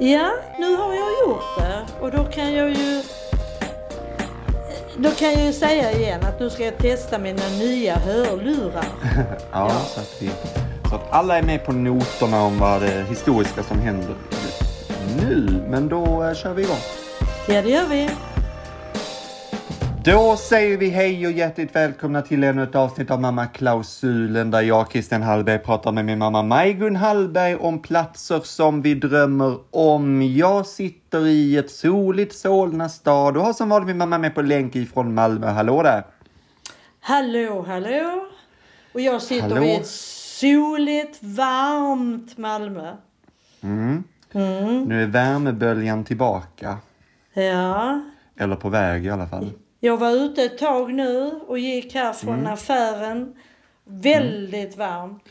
Ja, nu har jag gjort det och då kan jag ju då kan jag ju säga igen att nu ska jag testa mina nya hörlurar. Ja, Så, att vi, så att alla är med på noterna om vad det historiska som händer nu. Men då eh, kör vi igång. Ja, det gör vi. Då säger vi hej och hjärtligt välkomna till ännu ett avsnitt av Mamma Klausulen där jag, Christian Hallberg, pratar med min mamma Maj-Gun Hallberg om platser som vi drömmer om. Jag sitter i ett soligt Solna stad och har som vanligt min mamma med på länk ifrån Malmö. Hallå där! Hallå, hallå. Och jag sitter Hallå. i ett soligt, varmt Malmö. Mm. Mm. Nu är värmeböljan tillbaka. Ja. Eller på väg i alla fall. Jag var ute ett tag nu och gick här från Mm. affären. Väldigt varmt.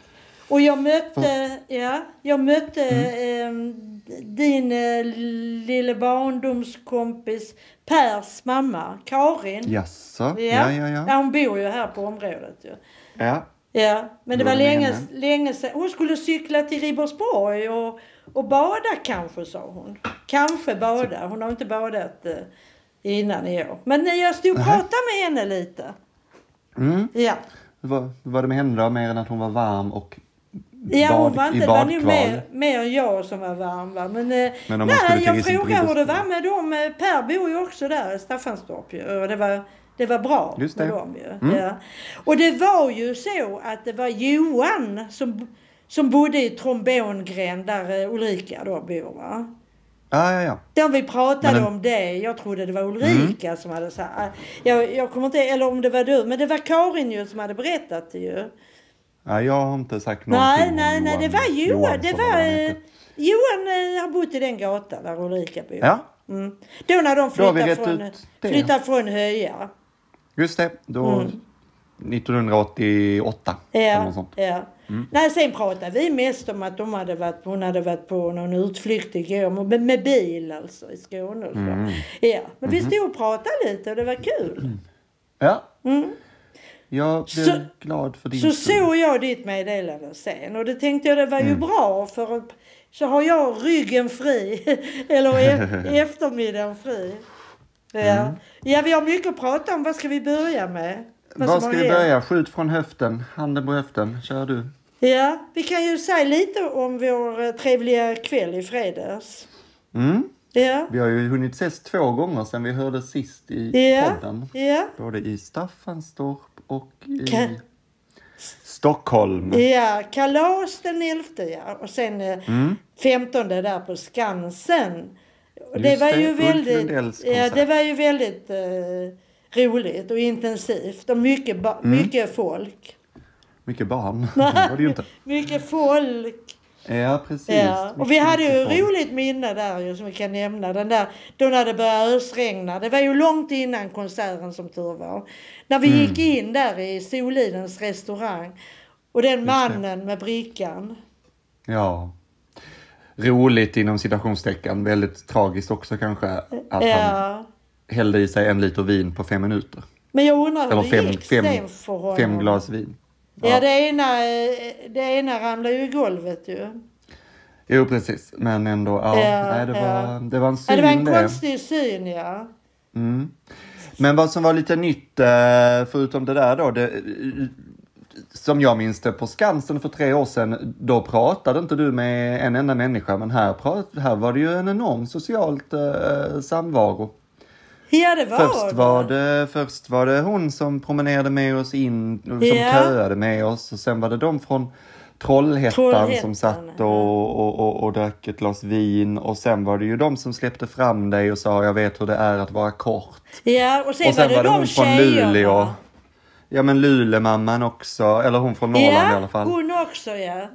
Och jag mötte, ja, jag mötte Mm. ehm, din eh, lille barndomskompis Pers mamma, Karin. Jaså? Ja, ja, ja. hon bor ju här på området ju. ja. Ja, men det Bor var du med länge, henne? länge sedan. Hon skulle cykla till Ribersborg och, och bada kanske, sa hon. Kanske bada. Hon har inte badat eh, innan i år. Men när jag stod och pratade med henne lite. Mm. Ja, Hur var, hur var det med henne då, mer än att hon var varm och ja bad, hon var inte, i det var nog badkval? mer, mer än jag som var varm. Va? Men, eh, Men om man skulle nej, till jag Ribersborg- frågade hur det var med dem. Eh, Per bor ju också där i Staffanstorp ju, och det var, det var bra Just med det. Mm. dem ju. Ja. Och det var ju så att det var Johan som, som bodde i trombongren där eh, Ulrika då bor va. Ja, ja, ja. Där vi pratade Men Mm. den- om det. Jag trodde det var Ulrika som hade sagt. Jag, jag kommer inte, eller om det var du. Men det var Karin ju som hade berättat det ju. Ja, jag har inte sagt någonting Nej, om nej, nej, det var Johan. Det Johansson, eller vad var, han eh, heter. Johan eh, har bott i den gatan där Ulrika bor. Ja. Mm. Då när de Då har vi flyttade rätt från, ut det. flyttade från Höja. Just det, då 1988. Eller Mm. Ja, något sånt. Mm. ja. Nej, sen pratade vi mest om att de hade varit, hon hade varit på någon utflykt igår med, med bil alltså i Skåne. och så. Mm. Ja, men Mhm. vi stod och pratade lite och det var kul. Ja, Mm. jag blev Så- glad för din Så skull. såg jag ditt meddelande sen och det tänkte jag det var ju Mm. bra för att- så har jag ryggen fri. Eller e- eftermiddagen fri. Ja. Mm. ja, vi har mycket att prata om. Vad ska vi börja med? Vad Var som ska har vi hänt? börja? Skjut från höften, handen på höften. Kör du. Ja, vi kan ju säga lite om vår eh, trevliga kväll i fredags. Mm. Ja, Vi har ju hunnit ses två gånger sedan vi hördes sist i ja, podden. ja. Både i Staffanstorp och i Ka- Stockholm. Ja, kalas den 11 ja. Och sen eh, Mm. 15 där på Skansen. Och Det Just var, det, ju Ulf väldigt, Lundells ja, det konsert. var ju väldigt eh, roligt och intensivt och mycket, ba- mycket folk. Mycket barn. Mm. det var det ju inte. Mycket folk. Ja, precis. Ja. Och vi Mycket, hade ju mycket barn. roligt minne där ju som vi kan nämna. Den där, då när det började ösregna. Det var ju långt innan konserten som tur var. När Mm. vi gick in där i Solidens restaurang. Och den mannen med brickan. Ja. Roligt inom citationstecken. Väldigt tragiskt också kanske. Att han Ja. hällde i sig en liter vin på fem minuter. Men jag undrar hur Eller det fem, gick sen fem, för honom. fem glas vin. Ja, Ja. Det, ena, eh, det ena ramlade ju i golvet ju. Jo, precis. Men ändå, ja. Ja, nej, det, ja. var, det var en Ja, syn eh. det det. var en konstig syn ja. Mm. Men vad som var lite nytt, eh, förutom det där då, det, som jag minns det på Skansen för tre år sedan, då pratade inte du med en enda människa, men här, prat, här var det ju en enorm socialt eh, samvaro. Ja det var Först det. var, det, först var det hon som promenerade med oss in, som Ja. köade med oss och sen var det de från Trollhättan, Trollhättan, som satt ja. och, och, och, och drack ett glas vin och sen var det ju de som släppte fram dig och sa jag vet hur det är att vara kort. Ja och sen, och sen var det, de hon från tjejerna. Luleå. Ja men Lulemamman också, eller hon från Norrland i alla Ja, fall. hon också ja.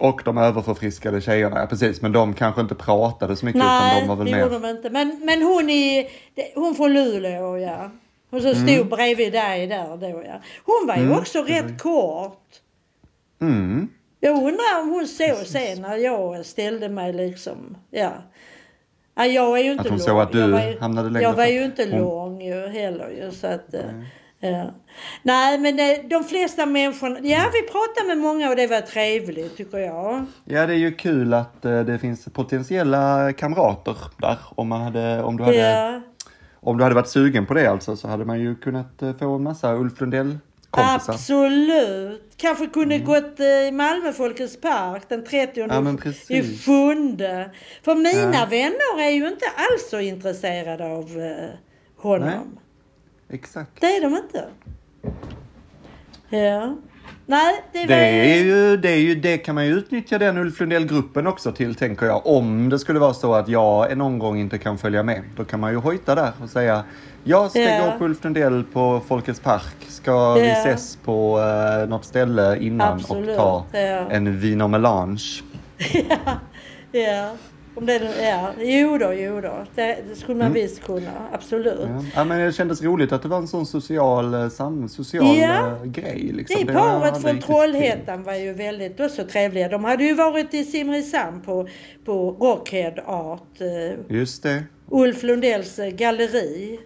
Och de överförfriskade tjejerna, ja, precis men de kanske inte pratade så mycket utan Nej, de var väl det mer gjorde de inte. Men, men hon, i, det- hon från Luleå ja. Hon Mm. som stod bredvid dig där då ja. Hon var ju också rätt kort. Mm. Jag undrar om hon såg sen när jag ställde mig liksom, ja. ja jag är ju inte Att hon lång. såg att du jag var ju, hamnade längre Jag var fram. ju inte Hon- lång ju heller ju så att, eh, Ja. Nej, men eh, de flesta människorna... Ja, vi pratade med många och det var trevligt, tycker jag. Ja, det är ju kul att eh, det finns potentiella kamrater där. Om, man hade, om, du hade, Ja. om du hade varit sugen på det alltså så hade man ju kunnat eh, få en massa Ulf Lundell-kompisar. Absolut. Kanske kunde gått eh, i Malmö Folkets Park den 30 Mm. Ja, men i precis. sjunde. För mina vänner är ju inte alls så intresserade av eh, honom. Nej. Exakt. Det är de inte. Ja. Nej, det, Det var... är ju, det är ju, det kan man ju utnyttja den Ulf Lundell-gruppen också till, tänker jag. Om det skulle vara så att jag någon gång inte kan följa med, då kan man ju hojta där och säga jag ska Ja. gå på Ulf Lundell på Folkets Park. Ska vi Ja. ses på eh, något ställe innan och Absolut, ta ja. en vin och melange? Ja. Om det, är- ja. Jo då, jo då. Det, det skulle man visst kunna. Absolut. Mm. Ja. Ja, men det kändes roligt att det var en sån social, eh, sam, social Ja. eh, grej. Liksom. Det har jag paret aldrig från riktigt Trollhättan var ju väldigt också trevliga. De hade ju varit i Simrishamn på, på Rockhead Art, eh, tänkt. Just det. Ulf Lundells eh, galleri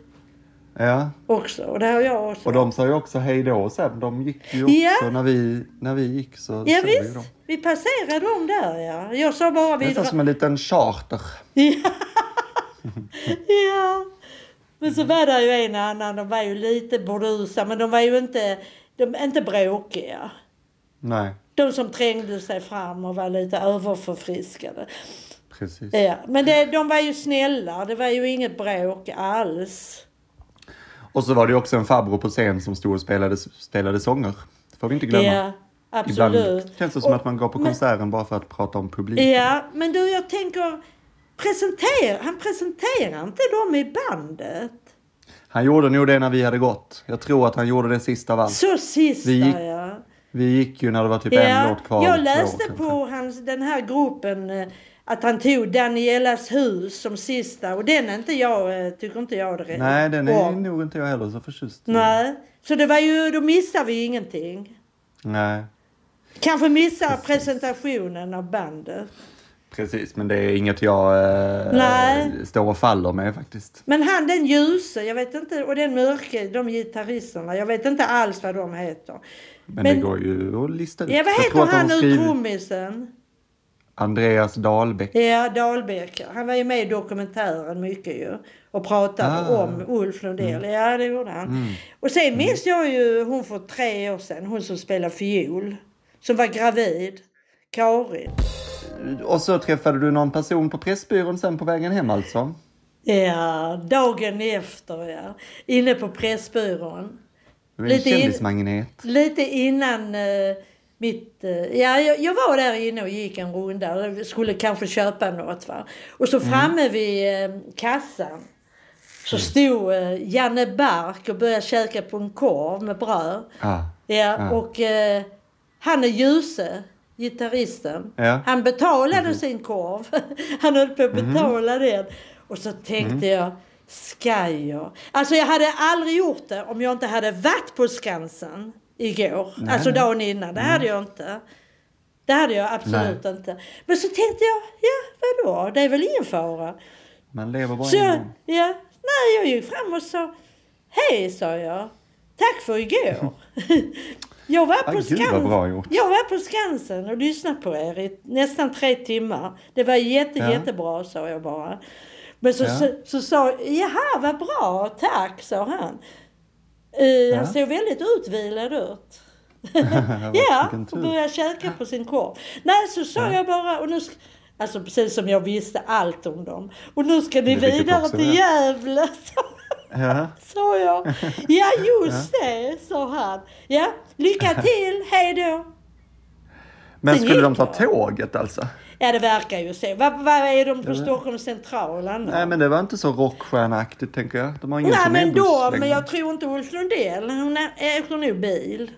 Ja. också. Och det har jag också. Och de sa ju också hej då sen. De gick ju också Ja. när, vi, när vi gick. Så ja såg vi dem. visst, vi passerade dem där ja. Jag sa bara vi Nästan drar... som en liten charter. Ja. Men så var det ju en och annan, de var ju lite burdusa men de var ju inte, de, inte bråkiga. Nej, De som trängde sig fram och var lite överförfriskade. precis. Ja, men det, de var ju snälla. Det var ju inget bråk alls. Och så var det ju också en farbror på scen som stod och spelade, spelade sånger. Det får vi inte glömma. Ja, absolut. Ibland känns det som Och- att man går på men- konserten bara för att prata om publik. Ja, men du, jag tänker... Presentera, han presenterar inte dem i bandet. Han gjorde nog det när vi hade gått. Jag tror att han gjorde det sist av allt. Så sista, Vi- ja. Vi gick ju när det var typ en ja. låt kvar. Jag två, läste kanske. på hans, den här gruppen eh, att han tog Danielas hus som sista och den är inte jag, eh, tycker inte jag det Nej, den är om. nog inte jag heller så förtjust i. Nej, så det var ju, då missar vi ju ingenting. Nej, Kanske missar presentationen av bandet. precis. Men det är inget jag eh, Nej. står och faller med faktiskt. Men han den ljuse, jag vet inte, och den mörke, de gitarristerna, jag vet inte alls vad de heter. Men, Men- det går ju att lista ut. Ja, vad Jag tror heter att de han nu, har skrivit- trummisen? Andreas Dahlbäck. Ja, Dahlbeck. ja. Han var ju med i dokumentären mycket ju. Och pratade Ah. om Ulf Lundell. Ja, det gjorde han. Och sen minns jag ju hon för tre år sedan, hon som spelar fiol. Som var gravid. Karin. Och så träffade du någon person på Pressbyrån sen på vägen hem alltså? Ja, dagen efter ja. Inne på Pressbyrån. Du är en Lite in- kändismagnet. Lite innan eh, mitt... eh, ja, jag, jag var där inne och gick en runda och skulle kanske köpa något. Va? Och så framme vid eh, kassan så stod eh, Janne Bark och började käka på en korv med bröd. Ah. Ja, Ah. och eh, han är Ljuse, gitarristen. Ja. Han betalade sin korv. Han höll på att betala den. Och så tänkte jag, ska jag? Alltså jag hade aldrig gjort det om jag inte hade varit på Skansen igår. alltså dagen innan. Det hade jag inte. Det hade jag absolut inte. Men så tänkte jag, ja vadå, det är väl ingen fara. Man lever bara Så en jag, gång. ja, nej, jag gick fram och sa hej, sa jag. Tack för igår. jag, var Ah, på gud, vad Skans- bra gjort. jag var på Skansen och lyssnade på er i nästan tre timmar. Det var jätte, Ja. jättebra, sa jag bara. Men så, Ja. så, så sa jag, jaha, vad bra, tack, sa han. Eh, Han såg väldigt utvilad ut. Ja, Vilken och tur. började käka på sin korv. Nej, så sa jag bara, och nu ska, alltså precis som jag visste allt om dem. Och nu ska ni Det fick du vidare också till med. Gävle, sa- Ja. sa jag. Ja, just det, sa han. Ja, lycka till, hej då. Men Sen skulle de gick ta jag. tåget alltså? Ja, det verkar ju så. Vad, vad är de på Stockholms central annars? Nej, men det var inte så rockstjärneaktigt tänker jag. De har ingen Nej, men turnébuss då, längre. men jag tror inte Ulf Lundell, hon är- åker nog bil.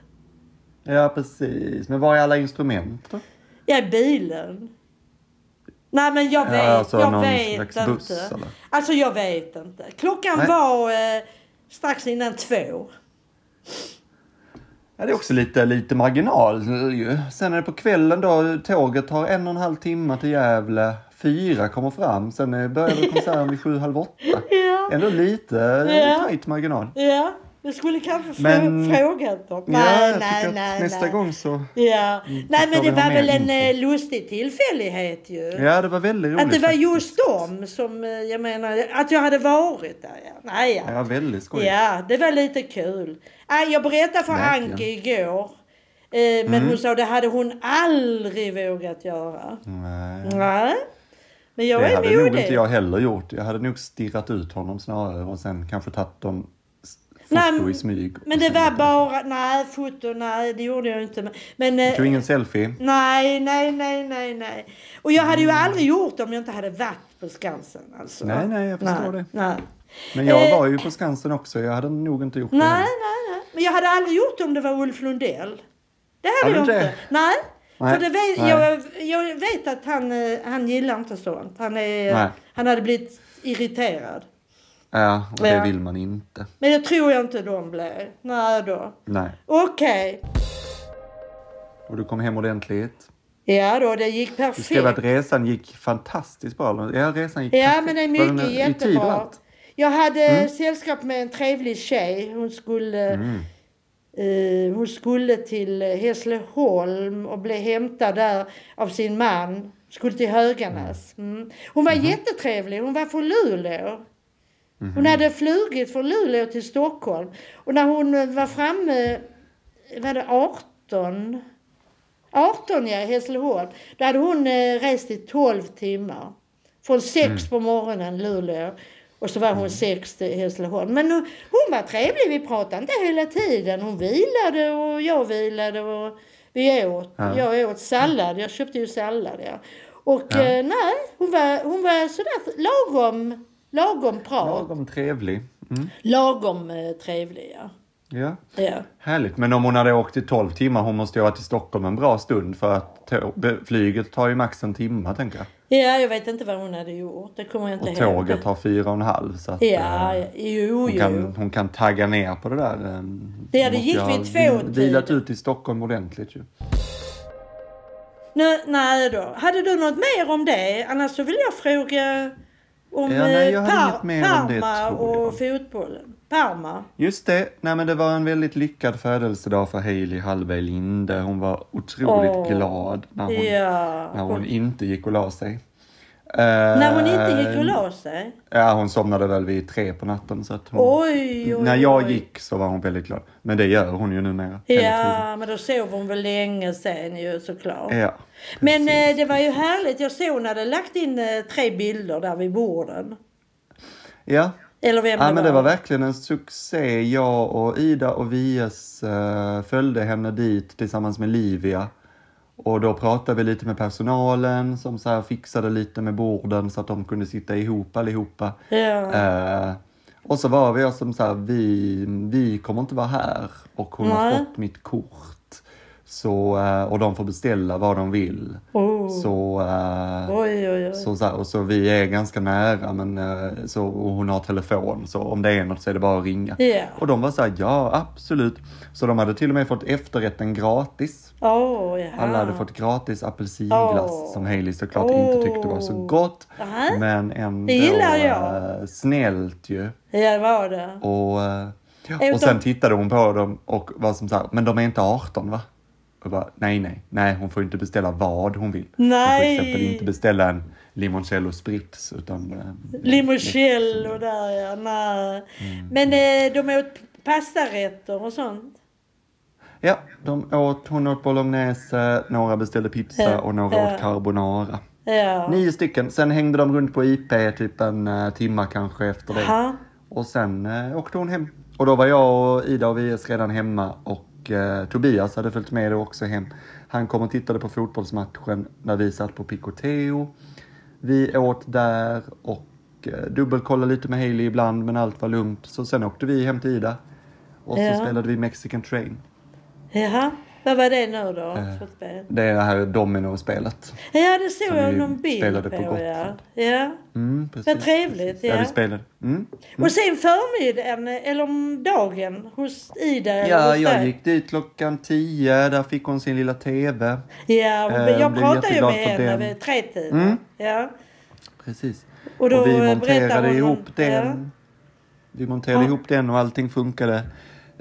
Ja, precis. Men var är alla instrument då? Ja, i bilen. Nej men jag Ja, vet, alltså jag någon vet slags inte. buss, eller? Alltså jag vet inte. Klockan Nej. var eh, strax innan två. Ja, det är också lite, lite marginal ju. Sen är det på kvällen då, tåget tar en och en halv timme till Gävle. Fyra kommer fram, sen eh, börjar väl konserten vid sju, halv åtta. Ja. Ändå lite Ja. tajt marginal. Ja, Jag skulle kanske frå- Men- frågat dem. ja, jag tycker att nästa gång Mm, så... Ja. Nej, men det vi ha var mer väl en info. eh, lustig tillfällighet ju. Ja, det var väldigt roligt. Att det var faktiskt. just dem som, eh, jag menar, att jag hade varit där. Ja. Nej, ja. Ja, väldigt skoj. Ja, det var lite kul. Nej, jag berättade för Verkligen. Mm. Anke igår. Eh, men hon sa det hade hon aldrig vågat göra. Nej. Nej. Men jag Mm, Det är hade nog modig. inte jag heller gjort. Jag hade nog stirrat ut honom snarare och sen kanske tagit dem s- Nej, foto i smyg. och Men det sen var lagt upp. bara, nej foto, nej det gjorde jag inte. Men eh, Jag tog ingen selfie. nej, nej, nej, nej, nej. Och jag hade ju aldrig gjort det om jag inte hade varit på Skansen alltså. Mm. Nej, nej, jag förstår nej, det. Nej. Men jag Eh. var ju på Skansen också. Jag hade nog inte gjort det. Nej, heller. nej, nej. Men jag hade aldrig gjort det om det var Ulf Lundell. Det Har hade du jag inte? inte. Nej. Nej, För det vet, nej. jag, jag vet att han, eh, han gillar inte sånt. Han, är, Nej. han hade blivit irriterad. Ja, och det Ja. vill man inte. Men jag tror jag inte de blev. Nej då. Nej. Okej. Och du kom hem ordentligt. Ja då, det gick Du skrev att perfekt. resan gick fantastiskt bra. eller? Ja, resan gick Ja perfekt. men det är Var den mycket i tid och jättebra. allt? Jag hade sällskap med en trevlig tjej. Hon skulle, eh, hon skulle till Hässleholm och blev hämtad där av sin man. Skulle till Höganäs. Mm. Hon var jättetrevlig. Hon var från Luleå. Hon hade flugit från Luleå till Stockholm. Och när hon eh, var framme, var det 18? 18 ja, i Hässleholm. Då hade hon eh, rest i 12 timmar. Från 6 Mm. på morgonen, Luleå. Och så var hon 6 till Hässleholm. Men hon, hon var trevlig, vi pratade inte hela tiden. Hon vilade och jag vilade och vi åt. Ja. Jag åt sallad, jag köpte ju sallad ja. Och Ja. eh, nej, hon var, hon var sådär lagom, lagom prat. Lagom trevlig. Mm. Lagom eh, trevlig, ja. Ja. ja. Härligt. Men om hon hade åkt i 12 timmar, hon måste ju ha varit i Stockholm en bra stund för att tå- be- flyget tar ju max en timme, tänker jag. Ja, jag vet inte vad hon hade gjort. Det kommer jag inte Och ihåg. tåget tar fyra och en halv. Så att, Ja, eh, ja, jo, hon, jo. kan, hon kan tagga ner på det där. eh, Det hade måste gick ju ha vid två vil- Vilat tid. ut i Stockholm ordentligt ju. Nu, nej då. Hade du något mer om det? Annars så vill jag fråga om Ja, nej, jag eh, hade Par- inget mer om det, Parma tror jag. och fotbollen. Parma. Just det, nej men det var en väldigt lyckad födelsedag för Hailey Hallberg Linde. Hon var otroligt Åh. glad när hon, ja. när hon inte gick och la sig. Eh, När hon inte gick och la sig? Ja, hon somnade väl vid tre på natten så att hon... Oj, oj, När jag oj. gick så var hon väldigt glad. Men det gör hon ju numera. hela Ja, men då sov hon väl länge sen ju såklart. tiden. Ja. Men precis. eh, det var ju härligt. Jag såg när det lagt in eh, tre bilder där vid borden. Ja. Eller vem Ja, det men var. det var verkligen en succé. Jag och Ida och Vias eh, följde henne dit tillsammans med Livia. Och då pratade vi lite med personalen som så här fixade lite med borden så att de kunde sitta ihop allihopa. Ja. Eh, och så var vi som så här, vi, vi kommer inte vara här och hon har Nej. fått mitt kort. Så, eh, och de får beställa vad de vill. Oh. Så, eh, Oj, oj, oj. så, så här, och så vi är ganska nära men eh, så, och hon har telefon så om det är något så är det bara att ringa. Ja. Och de var så här, ja absolut. Så de hade till och med fått efterrätten gratis. Åh, jaha. Alla hade fått gratis apelsinglass Ah. Åh. som Hailey såklart inte tyckte var så Åh. gott. Aha. Men ändå Det gillar jag. eh, snällt ju. Ja, det var det. Och, eh, Utom- och sen tittade hon på dem och var som så här, men de är inte 18 va? Och bara, nej, nej, nej, hon får inte beställa vad hon vill. Hon får Nej. till exempel inte beställa en limoncello spritz utan... eh, Limoncello där ja, nej. Mm. Men eh, de åt pastarätter och sånt. Ja, de åt, hon åt bolognese, några beställde pizza Ja, och några ja. åt carbonara. Ja. Nio stycken, sen hängde de runt på IP typ en eh, timme kanske efter det. Aha. Och sen eh, åkte hon hem. Och då var jag och Ida och Vies redan hemma och eh, Tobias hade följt med då också hem. Han kom och tittade på fotbollsmatchen när vi satt på Picoteo. Vi åt där och eh, dubbelkollade lite med Hailey ibland men allt var lugnt. Så sen åkte vi hem till Ida och så Ja. spelade vi Mexican Train. Jaha. Vad var det nu då? för spel? Det är det här domino-spelet. Ja, det såg Eh. som jag vi någon bild på. spelade på ja. Gotland. ja. Mm, Vad precis. trevligt. Ja, vi Ja. spelade. Mm. Och sen förmiddagen, eller om dagen, hos Ida eller Ja, hos jag dig? gick dit klockan 10, där fick hon sin lilla TV. Ja, Eh, jag blev pratade ju jätteglad med för henne den. vid tretiden. Mm. Ja. Precis. Och Och, då vi eh, berättar monterade hon om- ihop den. ja. Vi monterade Ja. ihop den och allting funkade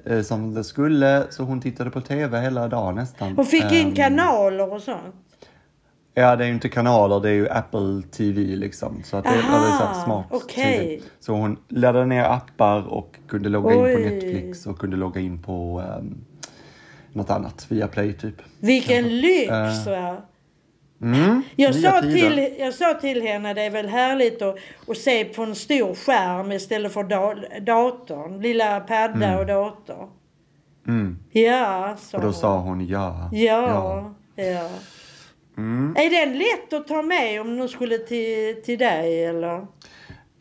eh, som det skulle. Så hon tittade på TV hela dagen nästan. Hon fick Eh, in kanaler och sånt. Ja, det är ju inte kanaler, det är ju Apple TV liksom. Så att det Aha, är så här smart okej. TV. Så hon laddade ner appar och kunde logga in Oj. på Netflix och kunde logga in på um, något annat, via Play typ. Vilken lyx Ehm. va? Mm, Jag nya sa, tider. till, jag sa till henne det är väl härligt att, att se på en stor skärm istället för da- datorn. Lilla padda och dator. Mm. Ja, sa Och då hon. sa hon ja. Ja, ja. Mm. Är den lätt att ta med om du skulle till, till dig eller?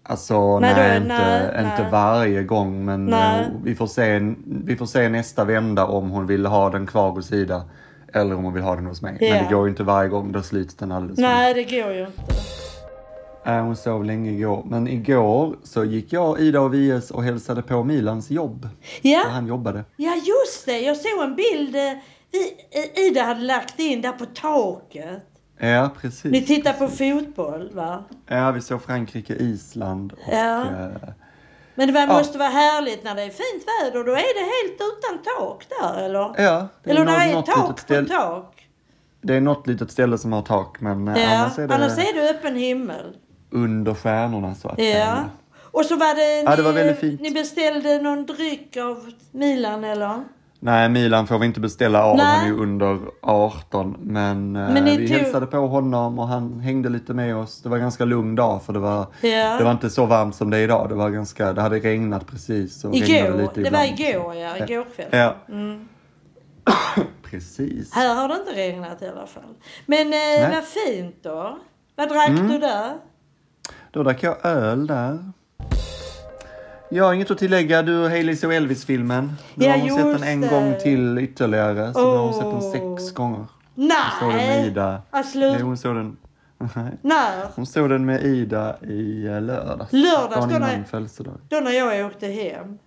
Alltså Nej, nej, då är- inte, nej, inte nej. varje gång men Nej. eh, vi, får se, vi får se nästa vända om hon vill ha den kvar hos Ida. Eller om hon vill ha den hos mig. Ja. Men det går ju inte varje gång, då slits den alldeles. Nej, det går ju inte. Äh, hon sov länge igår. Men igår så gick jag, Ida och Vies och hälsade på Milans jobb. Där Ja, han jobbade. ja just det. Jag såg en bild eh, vi, eh, Ida hade lagt in där på taket. Ja, precis. Ni tittar på fotboll va? Ja, vi såg Frankrike, Island och... Ja. eh, Men det var, måste vara härligt när det är fint väder. Då är det helt utan tak där eller? ja Eh, det eller nå- där är något litet tak på ställe- tak. Det är något litet ställe som har tak, men eh, Ja, annars är det öppen himmel. under stjärnorna så att Ja. säga. Och så var det, Ja, det var ni, väldigt fint. ni beställde någon dryck av Milan eller? Nej, Milan får vi inte beställa av. Nej. Han är ju under 18. Men, Men eh, ni vi tog- hälsade på honom och han hängde lite med oss. Det var en ganska lugn dag för det var, Ja. det var inte så varmt som det är idag. Det, var ganska, det hade regnat precis. Och regnade Igår, lite det var ibland. igår Mm. ja, igår kväll. Ja. precis. Här har det inte regnat i alla fall. Men eh, vad fint då. Vad drack Mm. du där? Då drack jag öl där. Jag har inget att tillägga. Du, Haileys och Elvis-filmen. Nu Ja, har hon sett just den en det. gång till ytterligare. Så nu har hon sett den Åh. sex gånger. Såg den med Nej! Ida. Ja, Nej, slut. hon såg den... Nej. När? Hon såg den med Ida i eh, lördags. Lördags, Dagen då innan när- födelsedag. Då när jag åkte hem.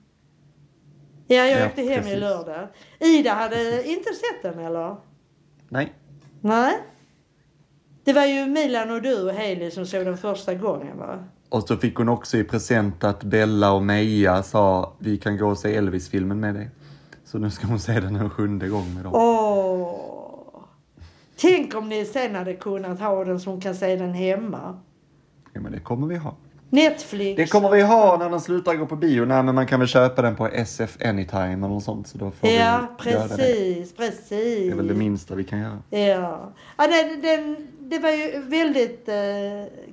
Ja, jag Ja, åkte hem i precis. lördag. Ida hade inte sett den eller? Nej. Nej. Det var ju Milan och du och Hailey som såg den första gången va? Och så fick hon också i present att Bella och Meja sa vi kan gå och se Elvis-filmen med dig. Så nu ska hon se den en sjunde gång med dem. Åh! Tänk om ni sen hade kunnat ha den som kan se den hemma. Ja, men det kommer vi ha. Netflix. Det kommer vi ha när den slutar gå på bio. Nej, men man kan väl köpa den på SF Anytime eller något sånt. Så då får Ja, vi göra det. precis, Det precis. är väl det minsta vi kan göra. Ja, ja den, den, det var ju väldigt eh,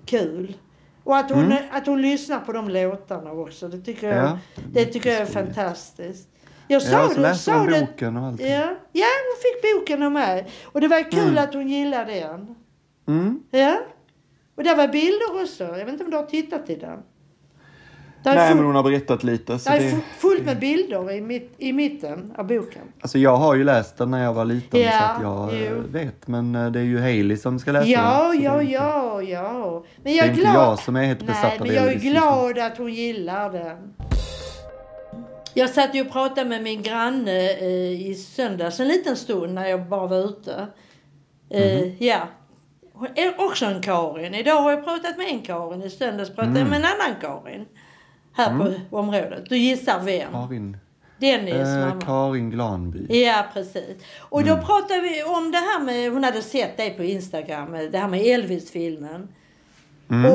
kul. Och att hon, att hon lyssnar på de låtarna också, det tycker jag, Mm. Ja, det tycker jag är skoj. fantastiskt. Jag sa Ja, så det, läser sa hon det. boken och allt. Ja, ja, hon fick boken av mig. Och det var kul att hon gillade den. Mm. Ja. Och där var bilder också. Jag vet inte om du har tittat i den? Där är, Nej, full, men hon har berättat lite. Så där är det... fu- fullt med bilder i, mitt, i mitten av boken. Alltså jag har ju läst den när jag var liten Ja, så att jag eh, jo. vet. Men eh, det är ju Hailey som ska läsa Ja, den. så ja, det är inte- ja, ja. Men Det jag är är inte glad. jag som är helt Nej, besatt av men jag är Elvis. just nu. glad att hon gillar den. Jag satt ju och pratade med min granne eh, i söndags en liten stund när jag bara var ute. Eh, Mhm. Ja. Hon är också en Karin. Idag har jag pratat med en Karin. I söndags pratade Mm. jag med en annan Karin. Här på området. Du gissar vem? Karin, Dennis Mm. eh, mamma. Karin Glanby. Ja, precis. Och då pratade vi om det här med, hon hade sett det på Instagram, eh, det här med Elvis-filmen.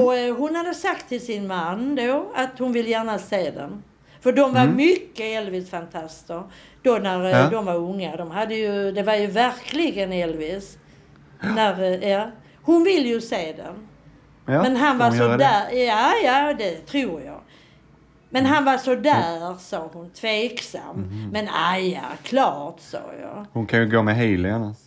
Och eh, hon hade sagt till sin man då att hon vill gärna se den. För de var mycket Elvis-fantaster då när eh, Ja. de var unga. De hade ju, det var ju verkligen Elvis. När, eh, ja. Hon vill ju se den. Ja, Men han får var hon göra så det? där. Ja, ja, det tror jag. Men han var Mm. så där, sa hon, tveksam. Mm-hmm. Men aj, ja, klart, sa jag. Hon kan ju gå med Hailey annars.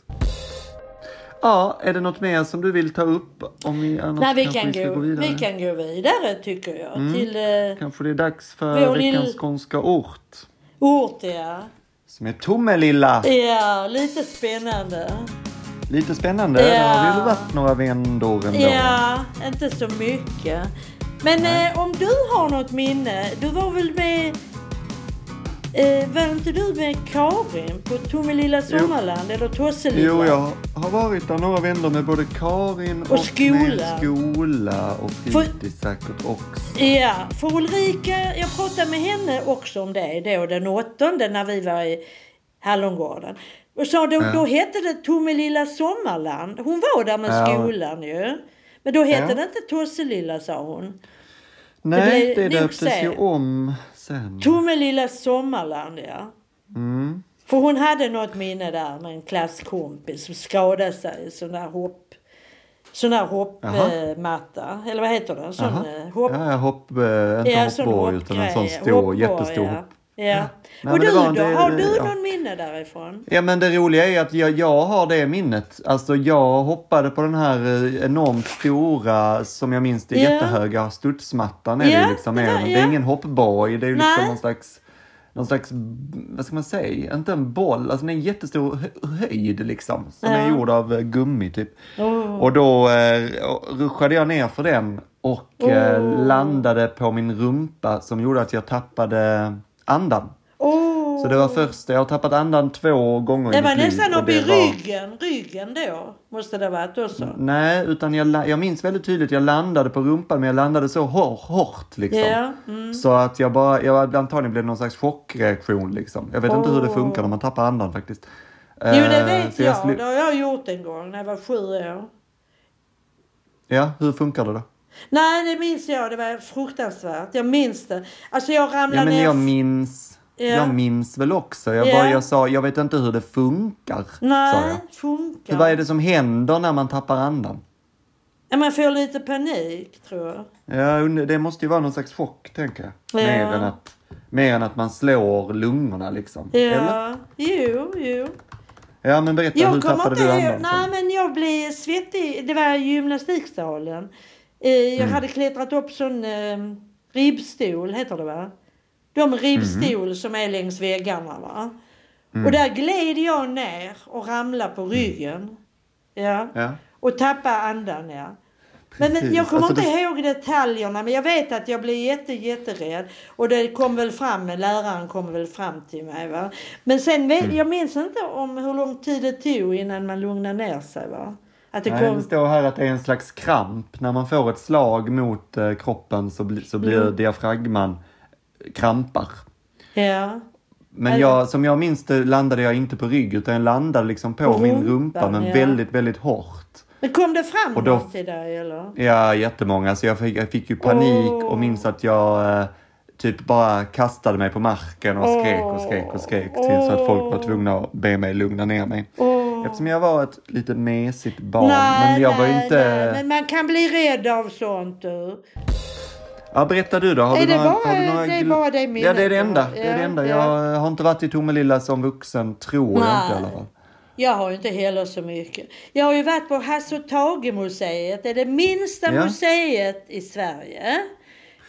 Ja, är det något mer som du vill ta upp? Om vi, annars Nej, vi kanske kan, ska gå, gå vidare. Mm. vi kan gå vidare, tycker jag. Till eh, Kanske det är dags Vi för har lill- veckans skånska ort. Ortia. Som är Tomelilla. Ja, lite spännande. Lite spännande. Ja. Där har vi väl varit några vändor ändå. Ja, inte så mycket. Men eh, om du har något minne, du var väl med Eh, var inte du med Karin på Tomelilla Sommarland eller Tosselilla? Jo, jag har varit där några vändor med både Karin och, med skolan. skola och För- fritids säkert också. Ja, för Ulrika, jag pratade med henne också om det då den åttonde när vi var i Hallongården. Och sa då, då hette det Tomelilla Sommarland. Hon var där med Ja. skolan ju. Men då hette Ja. det inte Tosselilla sa hon. Nej, det blev- det döptes också. ju om sen. Tomelilla Sommarland ja. Mm. För hon hade något minne där med en klasskompis som skadade sig i sån där hopp... Sån där Jaha. hoppmatta. Eller vad heter det? En sån Jaha. eh, hopp... Ja, ja, hopp, eh, inte Ja, sån hoppborg utan en sån hoppgrej. stor, Hoppborg, jättestor ja. hopp. Ja. Nej, och men du det då? var en del- har du ja. någon minne därifrån? Ja men det roliga är att jag, jag har det minnet. Alltså jag hoppade på den här eh, enormt stora, som jag minns det, Ja. jättehöga studsmattan är det Ja, ju liksom. det är var- den. Det är ja. ingen hoppborg, det är ju liksom Nej. någon slags, någon slags, vad ska man säga, inte en boll, alltså det är en jättestor hö- höjd liksom. Som Ja. är gjord av eh, gummi typ. Oh. Och då eh, ruschade jag ner för den och eh, Oh. landade på min rumpa som gjorde att jag tappade andan. Oh. Så det var första, jag har tappat andan två gånger det i var mitt liv, nästan och uppe i det var- ryggen. Ryggen då, måste det ha varit också. Mm. Nej, utan jag, la- jag minns väldigt tydligt, jag landade på rumpan men jag landade så hår, hårt liksom. Ja. Mm. Så att jag bara, jag, antagligen blev det någon slags chockreaktion liksom. Jag vet inte hur det Åh. funkar när man tappar andan faktiskt. Eh, Jo, det vet jag. skulle- Det har jag gjort en gång när jag var sju år. ja, hur funkar det då? Nej, det minns jag. Det var fruktansvärt. Jag minns det. Alltså jag ramlade Ja, men ner. jag minns, Ja. jag minns väl också. Jag, Ja. bara, jag sa, jag vet inte hur det funkar. Sa Nej, jag. funkar. Så vad är det som händer när man tappar andan? Ja, man får lite panik, tror jag. Ja, jag undrar- det måste ju vara någon slags chock, tänker jag. Ja. Mer, än att, mer än att man slår lungorna liksom. Ja, Eller? jo, jo. Ja, men berätta, hur Jag kommer tappade inte du andan? ihåg. Nej, men jag blev svettig. Det var i gymnastiksalen. Eh, Jag Mm. hade klättrat upp sån eh, ribbstol, heter det va? De ribbstol Mm-hmm. som är längs väggarna va? Mm. Och där gled jag ner och ramlade på ryggen. Ja. Mm. Ja, Och tappade andan ja. Men, men Precis. jag kommer Alltså, inte det- ihåg detaljerna men jag vet att jag blev jätte jätterädd. Och det kom väl fram, läraren kom väl fram till mig va. Men sen vet, Mm. jag minns inte om hur lång tid det tog innan man lugnade ner sig va. Att det Nej, det kom... står här att det är en slags kramp. När man får ett slag mot eh, kroppen så, bli, så blir Mm. diafragman eh, krampar. Ja. Men Eller- jag, som jag minns det landade jag inte på rygg utan jag landade liksom på På min rumpan, rumpa men ja. väldigt, väldigt hårt. Men kom det fram Och då- något till dig eller? Ja, jättemånga. Så jag fick, jag fick ju panik Åh. och minns att jag eh, typ bara kastade mig på marken och skrek och Åh. skrek och skrek tills att folk var tvungna att be mig lugna ner mig. Åh. Eftersom jag var ett lite mesigt barn. men jag var ju inte... nej, men man kan bli rädd av sånt du. Ja, berätta du då. Har Är du det några, bara- har du några... det är gl- bara det Ja, minnet det är det jag har. enda. det är det Ja, enda. ja. Jag har inte varit i Tomelilla som vuxen, tror jag inte i alla Nej. fall. Jag har ju inte heller så mycket. Jag har ju varit på Hasse och Tage-museet. Det är det minsta Ja. museet i Sverige.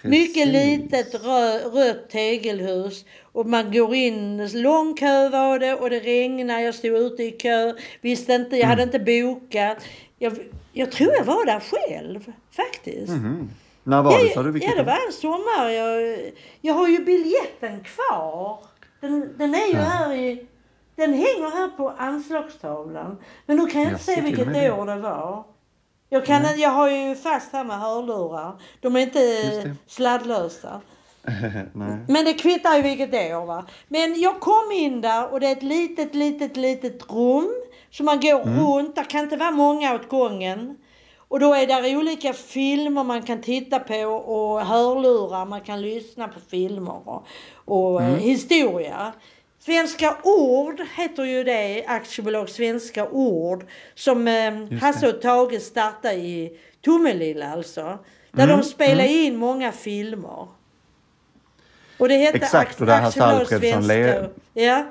Mycket Precis. litet rö- rött tegelhus. Och man går in, lång kö var det och det regnade. Jag stod ute i kö. Visste inte, jag hade Mm. inte bokat. Jag, jag tror jag var där själv faktiskt. Mhm. När var det, sa du? jag, Vilket ja, det år? var en sommar. Jag, jag har ju biljetten kvar. Den, den är ju här i... Den hänger här på anslagstavlan. Men nu kan jag inte Jaså, se till vilket och med det. år det var. Jag, kan, jag har ju fast här med hörlurar. De är det. inte sladdlösa. Nej. Men det kvittar ju vilket år va. Men jag kom in där och det är ett litet, litet, litet rum. Så man går runt, där kan inte vara många åt gången. Och då är där olika filmer man kan titta på och hörlurar, man kan lyssna på filmer och, och eh, historia. Svenska ord heter ju det, aktiebolag Svenska ord, som eh, Hasse och Tage startade i Tomelilla alltså. Där de spelade in många filmer. Och det hette Exakt, Ax- och där Hasse Aktiebolag Alfredsson Svenska le- Ord. Ja,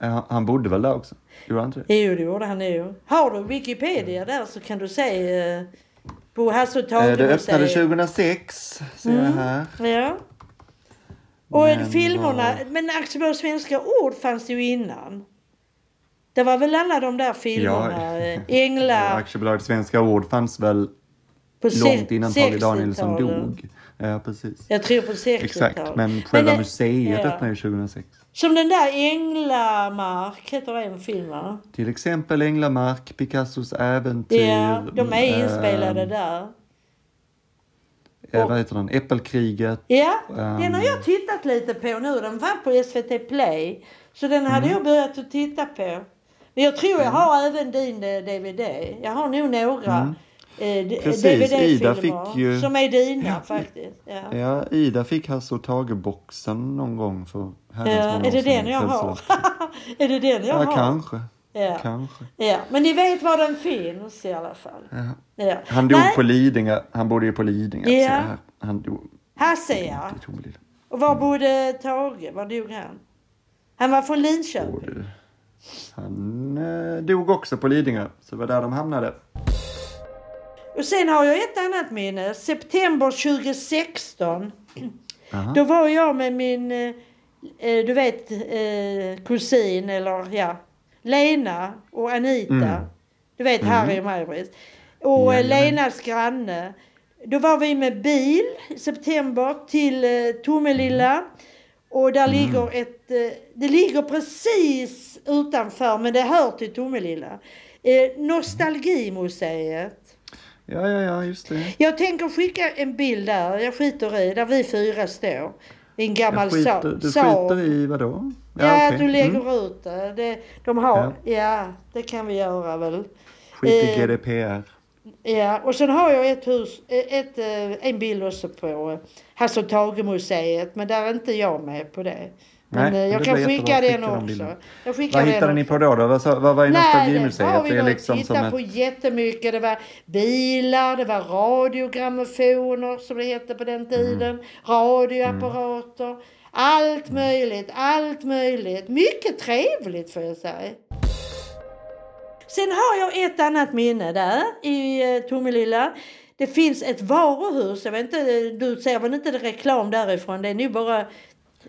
Eh, Han bodde väl där också? Gjorde han inte det? jo det gjorde han ju. Har du Wikipedia där så kan du se eh, på Hasse och Tage Eh, Det öppnade museet. 2006, ser jag Mm. här. Ja. Och Men filmerna, men Aktiebolag Svenska Ord fanns ju innan. Det var väl alla de där filmerna, Ja. eh, Ja, Änglar, Aktiebolaget Svenska Ord fanns väl På se- långt innan Tage 60-talet. Danielsson dog. Ja, precis. Jag tror på 60-talet. Exakt, men själva det- museet ja. öppnade ju 2006. Som den där Änglamark heter det en film va? Till exempel Änglamark, Picassos äventyr. Ja, de är inspelade ehm, där. eh, vad heter den? Äppelkriget. Ja, Ehm. den har jag tittat lite på nu. Den var på SVT Play. Så den Mm. hade jag börjat att titta på. Men jag tror jag har även din eh, DVD. Jag har nog några eh, d- Mm. Precis, Ida DVD-filmer fick ju- som är dina faktiskt. Ja. Ja, Ida fick Hasse och Tage-boxen någon gång för herrans Ja, många Eh, är det år sedan, den jag har? sällskap. är det den jag Ja, har? kanske. Ja. kanske. ja, men ni vet var den finns i alla fall. Ja. Ja. Han dog Nej, på Lidingö. Han bodde ju på Lidingö. Ja. Så här, han dog Hasse ja. i Tomelilla. Och var bodde Tage? Var dog han? Han var från Linköping. Och det- Han eh, dog också på Lidingö, så det var där de hamnade. Och sen har jag ett annat minne. September 2016. Aha. Då var jag med min, eh, eh, du vet, eh, kusin eller ja, Lena och Anita. Mm. Du vet Harry och Maj-Britt. Och eh, Jajamän. Lenas granne. Då var vi med bil i september till eh, Mm. Tomelilla. Och där ligger ett, eh, det ligger precis utanför men det hör till Tomelilla. Eh, Nostalgimuseet. Ja, ja, ja, just det. Jag tänker skicka en bild där, jag skiter i, där vi fyra står. I en gammal Jag sa- skiter, du Saab. skiter i vadå? Alltså, Ja, okej. att du lägger Mm. ut det. det de har, ja. det kan vi göra väl. Skit i eh, GDPR. Ja, och sen har jag ett hus, ett, eh, en bild också på eh, Hasse och Tage-museet, men där är inte jag med på det. Men Nej, eh, jag det kan blir jättebra. skicka den Skicka de också. bilderna. Jag skickar Vad den hittade ni också. på då? då? Vad, sa- vad var i det har Nostalgimuseet? vi Det är varit liksom som tittat ett... på jättemycket. Det var bilar, det var radiogrammofoner som det hette på Mm. den tiden. Radioapparater. Allt möjligt, allt möjligt. Mycket trevligt får jag säga. Sen har jag ett annat minne där i eh, Tomelilla. Det finns ett varuhus. Jag vet inte, du ser väl inte reklam därifrån? Det är nu bara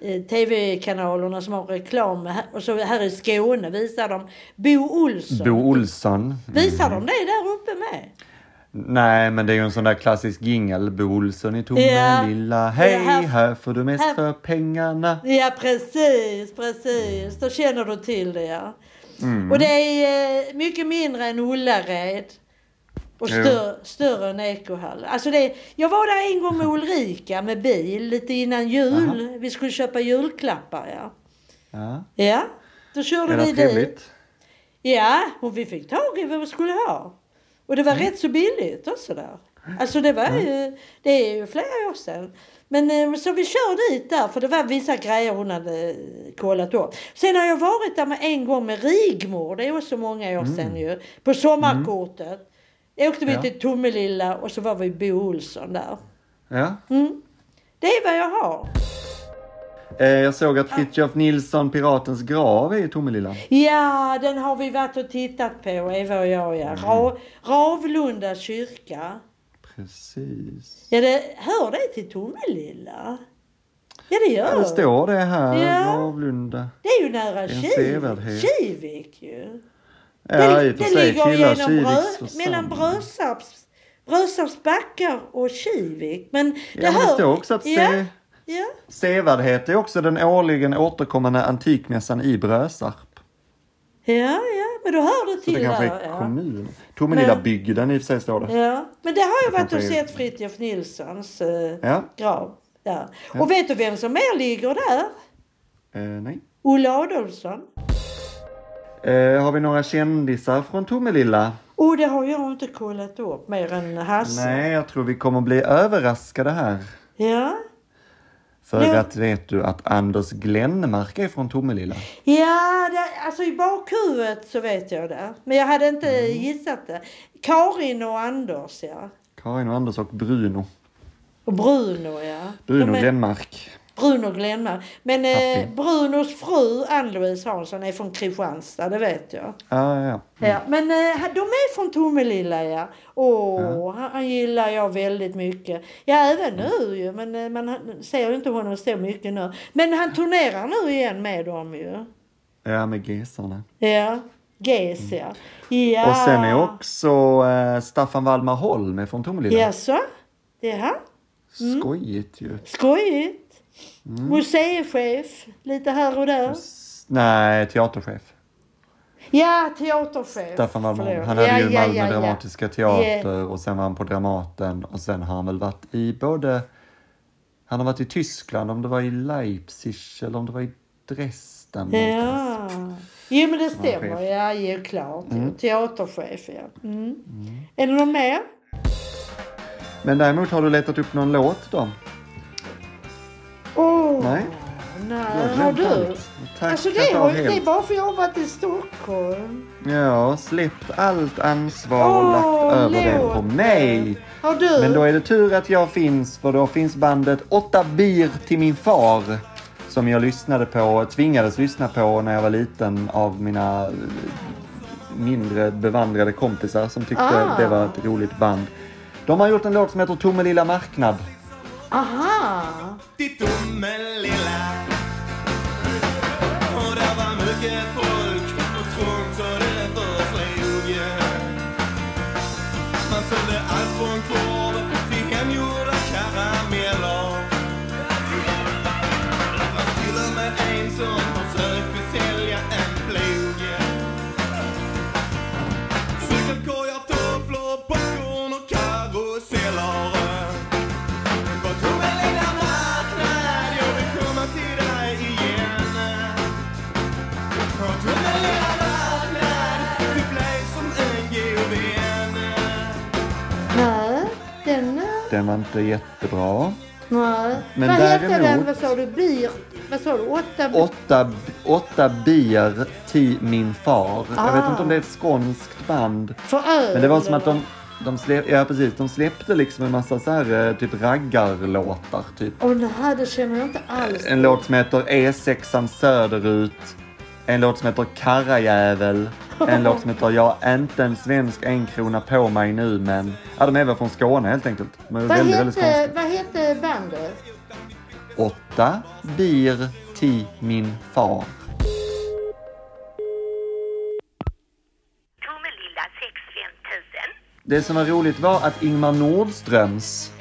eh, tv-kanalerna som har reklam. Här- Och så här i Skåne visar de Bo Olsson. Bo Olsson. Visar de Mm. det där uppe med? Nej, men det är ju en sån där klassisk jingel. Bo Olsson i Tomelilla. Hej, Ja, här- här får du mest här- för pengarna. Ja, precis, precis. Då känner du till det, ja. Mm. Och det är eh, mycket mindre än Ullared. Och Ja. stör, större än Ekohall. Alltså det, jag var där en gång med Ulrika med bil lite innan jul. Vi skulle köpa julklappar, ja. Ja, Ja, då körde är det vi dit. trevligt? Ja, och vi fick tag i vad vi skulle ha. Och det var rätt så billigt och sådär. Alltså det var ju, det är ju flera år sedan. Men eh, så vi kör dit där för det var vissa grejer hon hade eh, kollat upp. Sen har jag varit där med en gång med Rigmor, det är också många år sedan ju. På sommarkortet. Åkte vi Ja. till Tomelilla och så var vi i Bo Olsson där. Ja. Det är vad jag har. Eh, Jag såg att Fritiof Nilsson, Piratens grav, är i Tomelilla. Ja, den har vi varit och tittat på Eva och jag ja. Ra- Ravlunda kyrka. Precis. Ja, det hör det till Tomelilla? Ja, det Ja, gör det står det här, Ja. Gravlunda. det. är ju nära en Kivik, sevärdhet. Kivik ju. Ja, i och för sig tillhör Kiviks Brö, mellan församling. Brösarps, Brösarps backar och Kivik. Men det Ja, men hör... det står också att ja, se... ja. Sevärdhet är också den årligen återkommande antikmässan i Brösarp. ja, ja, men då hör det Så det till kanske där. är Ja. kommun. Tomelilla Men- bygden i och för sig står det. ja, men det har jag varit och kanske är- sett Fritiof Nilssons eh, Ja, grav. Där. Och vet du vem som mer ligger där? eh, nej. Olle Adolfsson. Eh, har vi några kändisar från Tomelilla? Och det har jag inte kollat upp mer än Hasse. Nej, jag tror vi kommer bli överraskade här. Ja. För Ja. att vet du att Anders Glenmark är från Tomelilla? Ja, det, alltså i bakhuvudet så vet jag det. Men jag hade inte gissat det. Karin och Anders, ja. Karin och Anders och Bruno. Och Bruno, ja. Bruno De är- Glenmark. Bruno Glenmark. Men eh, Happy. Brunos fru Ann-Louise Hansson är från Kristianstad, det vet jag. Ah, ja, ja. Ja, men eh, de är från Tomelilla, ja. Åh, han, han gillar jag väldigt mycket. Ja, även nu ju. Men eh, man ser ju inte honom så mycket nu. Men han turnerar nu igen med dem ju. Ja, med gesarna. Ja. GES ja. ja. Mm. Och sen Ah. är också eh, Staffan Wallmar Holm från Tomelilla. Jaså? Jaha. Mm. Skojigt ju. Skojigt. Mm. Museichef, lite här och där. S- Nej, teaterchef. Ja, teaterchef. Staffan Wallmar. Förlåt. Han hade Ja, ju ja, Malmö ja, ja. Dramatiska Teater och sen var han på Dramaten och sen har han väl varit i både... Han har varit i Tyskland, om det var i Leipzig eller om det var i Dresden. någonstans. Ja. Jo, men det stämmer. chef. Ja, ju klart. Mm. Teaterchef, ja. Mm. Är det någon mer? Men däremot har du letat upp någon låt då? Åh, Nej? nej. Jag Ah, Har glömde du? allt. Tack Alltså det, har, jag har det är helt. bara för jag har varit i Stockholm. Ja, släppt allt ansvar och Åh, lagt över det på låten. mig. Har du? Men då är det tur att jag finns, för då finns bandet Åtta bir till min far. Som jag lyssnade på och tvingades lyssna på när jag var liten av mina eh, mindre bevandrade kompisar som tyckte Ah. det var ett roligt band. De har gjort en låt som heter Tomme lilla marknad. Aha! Ditt Dummelilla Och där var mycket folk och trångt och det för sig unge Man sålde allt från korv till hemgjorda karameller Det fanns till och med en som försökte sälja en plog Cykelkorgar, tofflor, popcorn och karuseller var Tomelilla marknad, jag vill komma till dig igen Var Tomelilla marknad, du blev som en god vän Nej, den... Den var inte jättebra. Nej. Men vad hette den? däremot- Vad sa du? Bir... Vad sa du? Åtta... Åtta, åtta bier till min far. Jag vet Ah. inte om det är ett skånskt band. För öl? Men det var som att de, eller? de, släpp, ja, precis, de släppte liksom en massa så här eh, typ raggarlåtar. Typ. Åh nej, det känner jag inte alls. En låt som heter E6an söderut. En låt som heter Karrajävel. En låt som heter Jag är inte en svensk en krona på mig nu men. Ja, de är väl från Skåne helt enkelt. De är Vad väldigt, väldigt hette, skånska. vad hette bandet? Åtta bir till min far. Tomelilla 65000. Det som var roligt var att Ingmar Nordströms,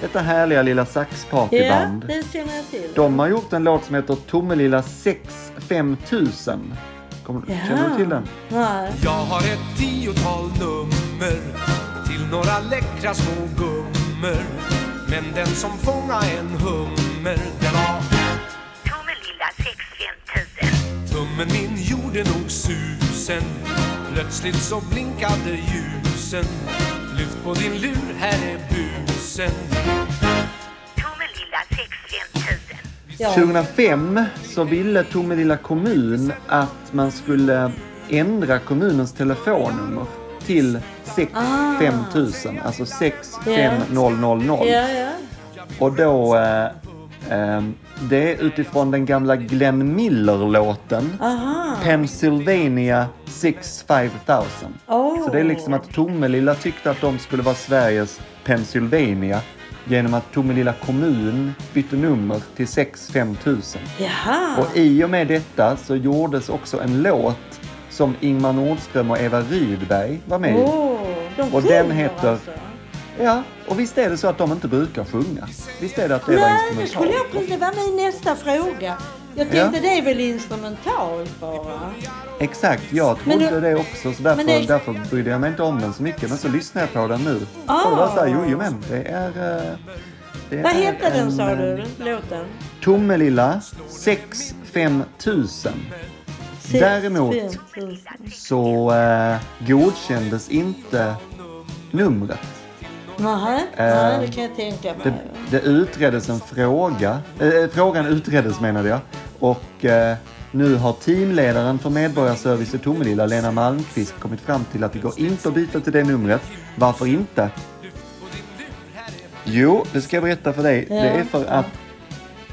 detta härliga lilla Ja, saxpartyband. det känner jag till. De har gjort en låt som heter Tomelilla 6 5000. Kommer, Ja. Känner du till den? Nej. Jag har ett tiotal nummer till några läckra små gummor. Men den som fångar en hummer, den har Tomelilla 65000. tummen min gjorde nog susen. Plötsligt så blinkade ljusen. Lyft på din lur, här är busen. Tomelilla 65000. Ja. 2005 så ville Tomelilla kommun att man skulle ändra kommunens telefonnummer till 6 5000, Ah. alltså 6 5000. Ja, ja. Och då, eh, ehm, det är utifrån den gamla Glenn Miller-låten Ah. Aha. Pennsylvania 6 5000. Åh. Så det är liksom att Tomelilla tyckte att de skulle vara Sveriges Pennsylvania genom att Tomelilla kommun bytte nummer till 6 5000. Jaha. Och i och med detta så gjordes också en låt som Ingmar Nordström och Eva Rydberg var med i. Åh, de och sjunger den heter- Alltså. Ja, och visst är det så att de inte brukar sjunga? Visst är det att det var Nej, det skulle instrumentalt? jag precis... Det var min nästa fråga. Jag tänkte Ja. det är väl instrumentalt bara. Exakt, jag Men trodde du- det också så därför, men det- därför brydde jag mig inte om den så mycket. Men så lyssnar jag på den nu. Och det var såhär, jojomän, det är... eh, Det Ah. Vad är heter den sa en, du, eh, låten? Tomelilla 6 5000. Sex, Däremot- fem, tusen. Så eh, godkändes inte numret. Nähä, nej, det kan jag tänka mig. Det, Eh, det utreddes en fråga. Eh, frågan utreddes menade jag. Och eh, nu har teamledaren för medborgarservice i Tomelilla, Lena Malmqvist, kommit fram till att det går inte att byta till det numret. Varför inte? Jo, det ska jag berätta för dig. Det är för att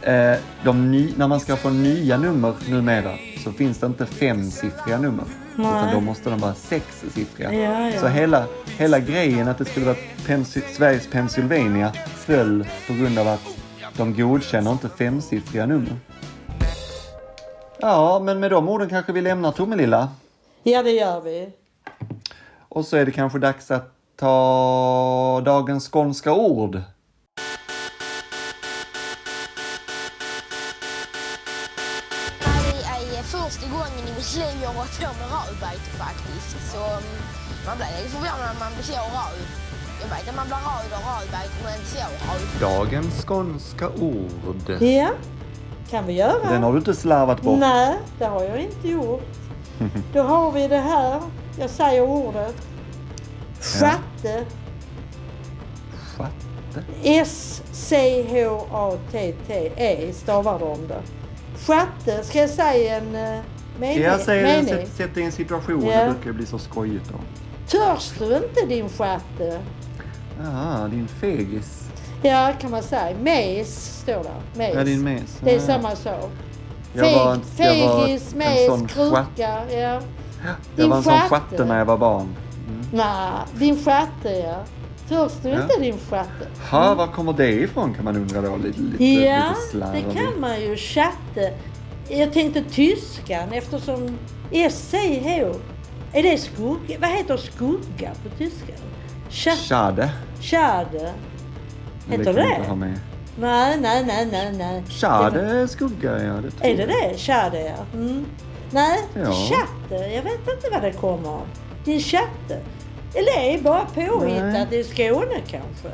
eh, de ny, när man ska få nya nummer numera så finns det inte femsiffriga nummer. Utan då måste de vara sexsiffriga. Ja, ja. Så hela, hela grejen att det skulle vara Pens- Sveriges Pennsylvania föll på grund av att de godkänner inte femsiffriga nummer. Ja, men med de orden kanske vi lämnar Tomelilla. Ja, det gör vi. Och så är det kanske dags att ta dagens skånska ord. Det är första gången i mitt liv jag varit på moralbete faktiskt. Så mm, man blir lite förvånad när man blir så röd. Jag vet att man blir röd och rödbete men inte så röd. Dagens skånska ord. Ja, kan vi göra. Den har du inte slarvat bort. Nej, det har jag inte gjort. Då har vi det här. Jag säger ordet. Schatte. Schatte. S-C-H-A-T-T-E E. stavar de det. Schatte, ska jag säga en eh, mening? Jag säger det, mening? sätt, sätt dig i en situation. Ja. Det brukar ju bli så skojigt då. Törs du inte din schatte? Ah, din fegis. Ja, kan man säga. Mes står där. Mes. Ja, din mes. Det är Ja. samma sak. Jag var- Feg- jag var Fegis, en mes, sån kruka. Ja. Jag Din var en sån schatte när jag var barn. Nej, din schatte ja. Törs du Ja. inte din schatte? Ha, var kommer det ifrån kan man undra då. Lite, lite, Ja, lite slarvigt. det kan man ju. Chatte. Jag tänkte tyskan eftersom SCH. Är det skugga? Vad heter skugga på tyska? Chatte. Schade. Schade. Men Heter kan vi det? inte ha med. Nej, nej, nej, nej, nej. Schade är skugga, ja. Det tror Är det det? Schade, ja. Mm. Nej, Ja. chatte. Jag vet inte vad det kommer av. Din chatte. Eller är det bara påhittat i Skåne kanske?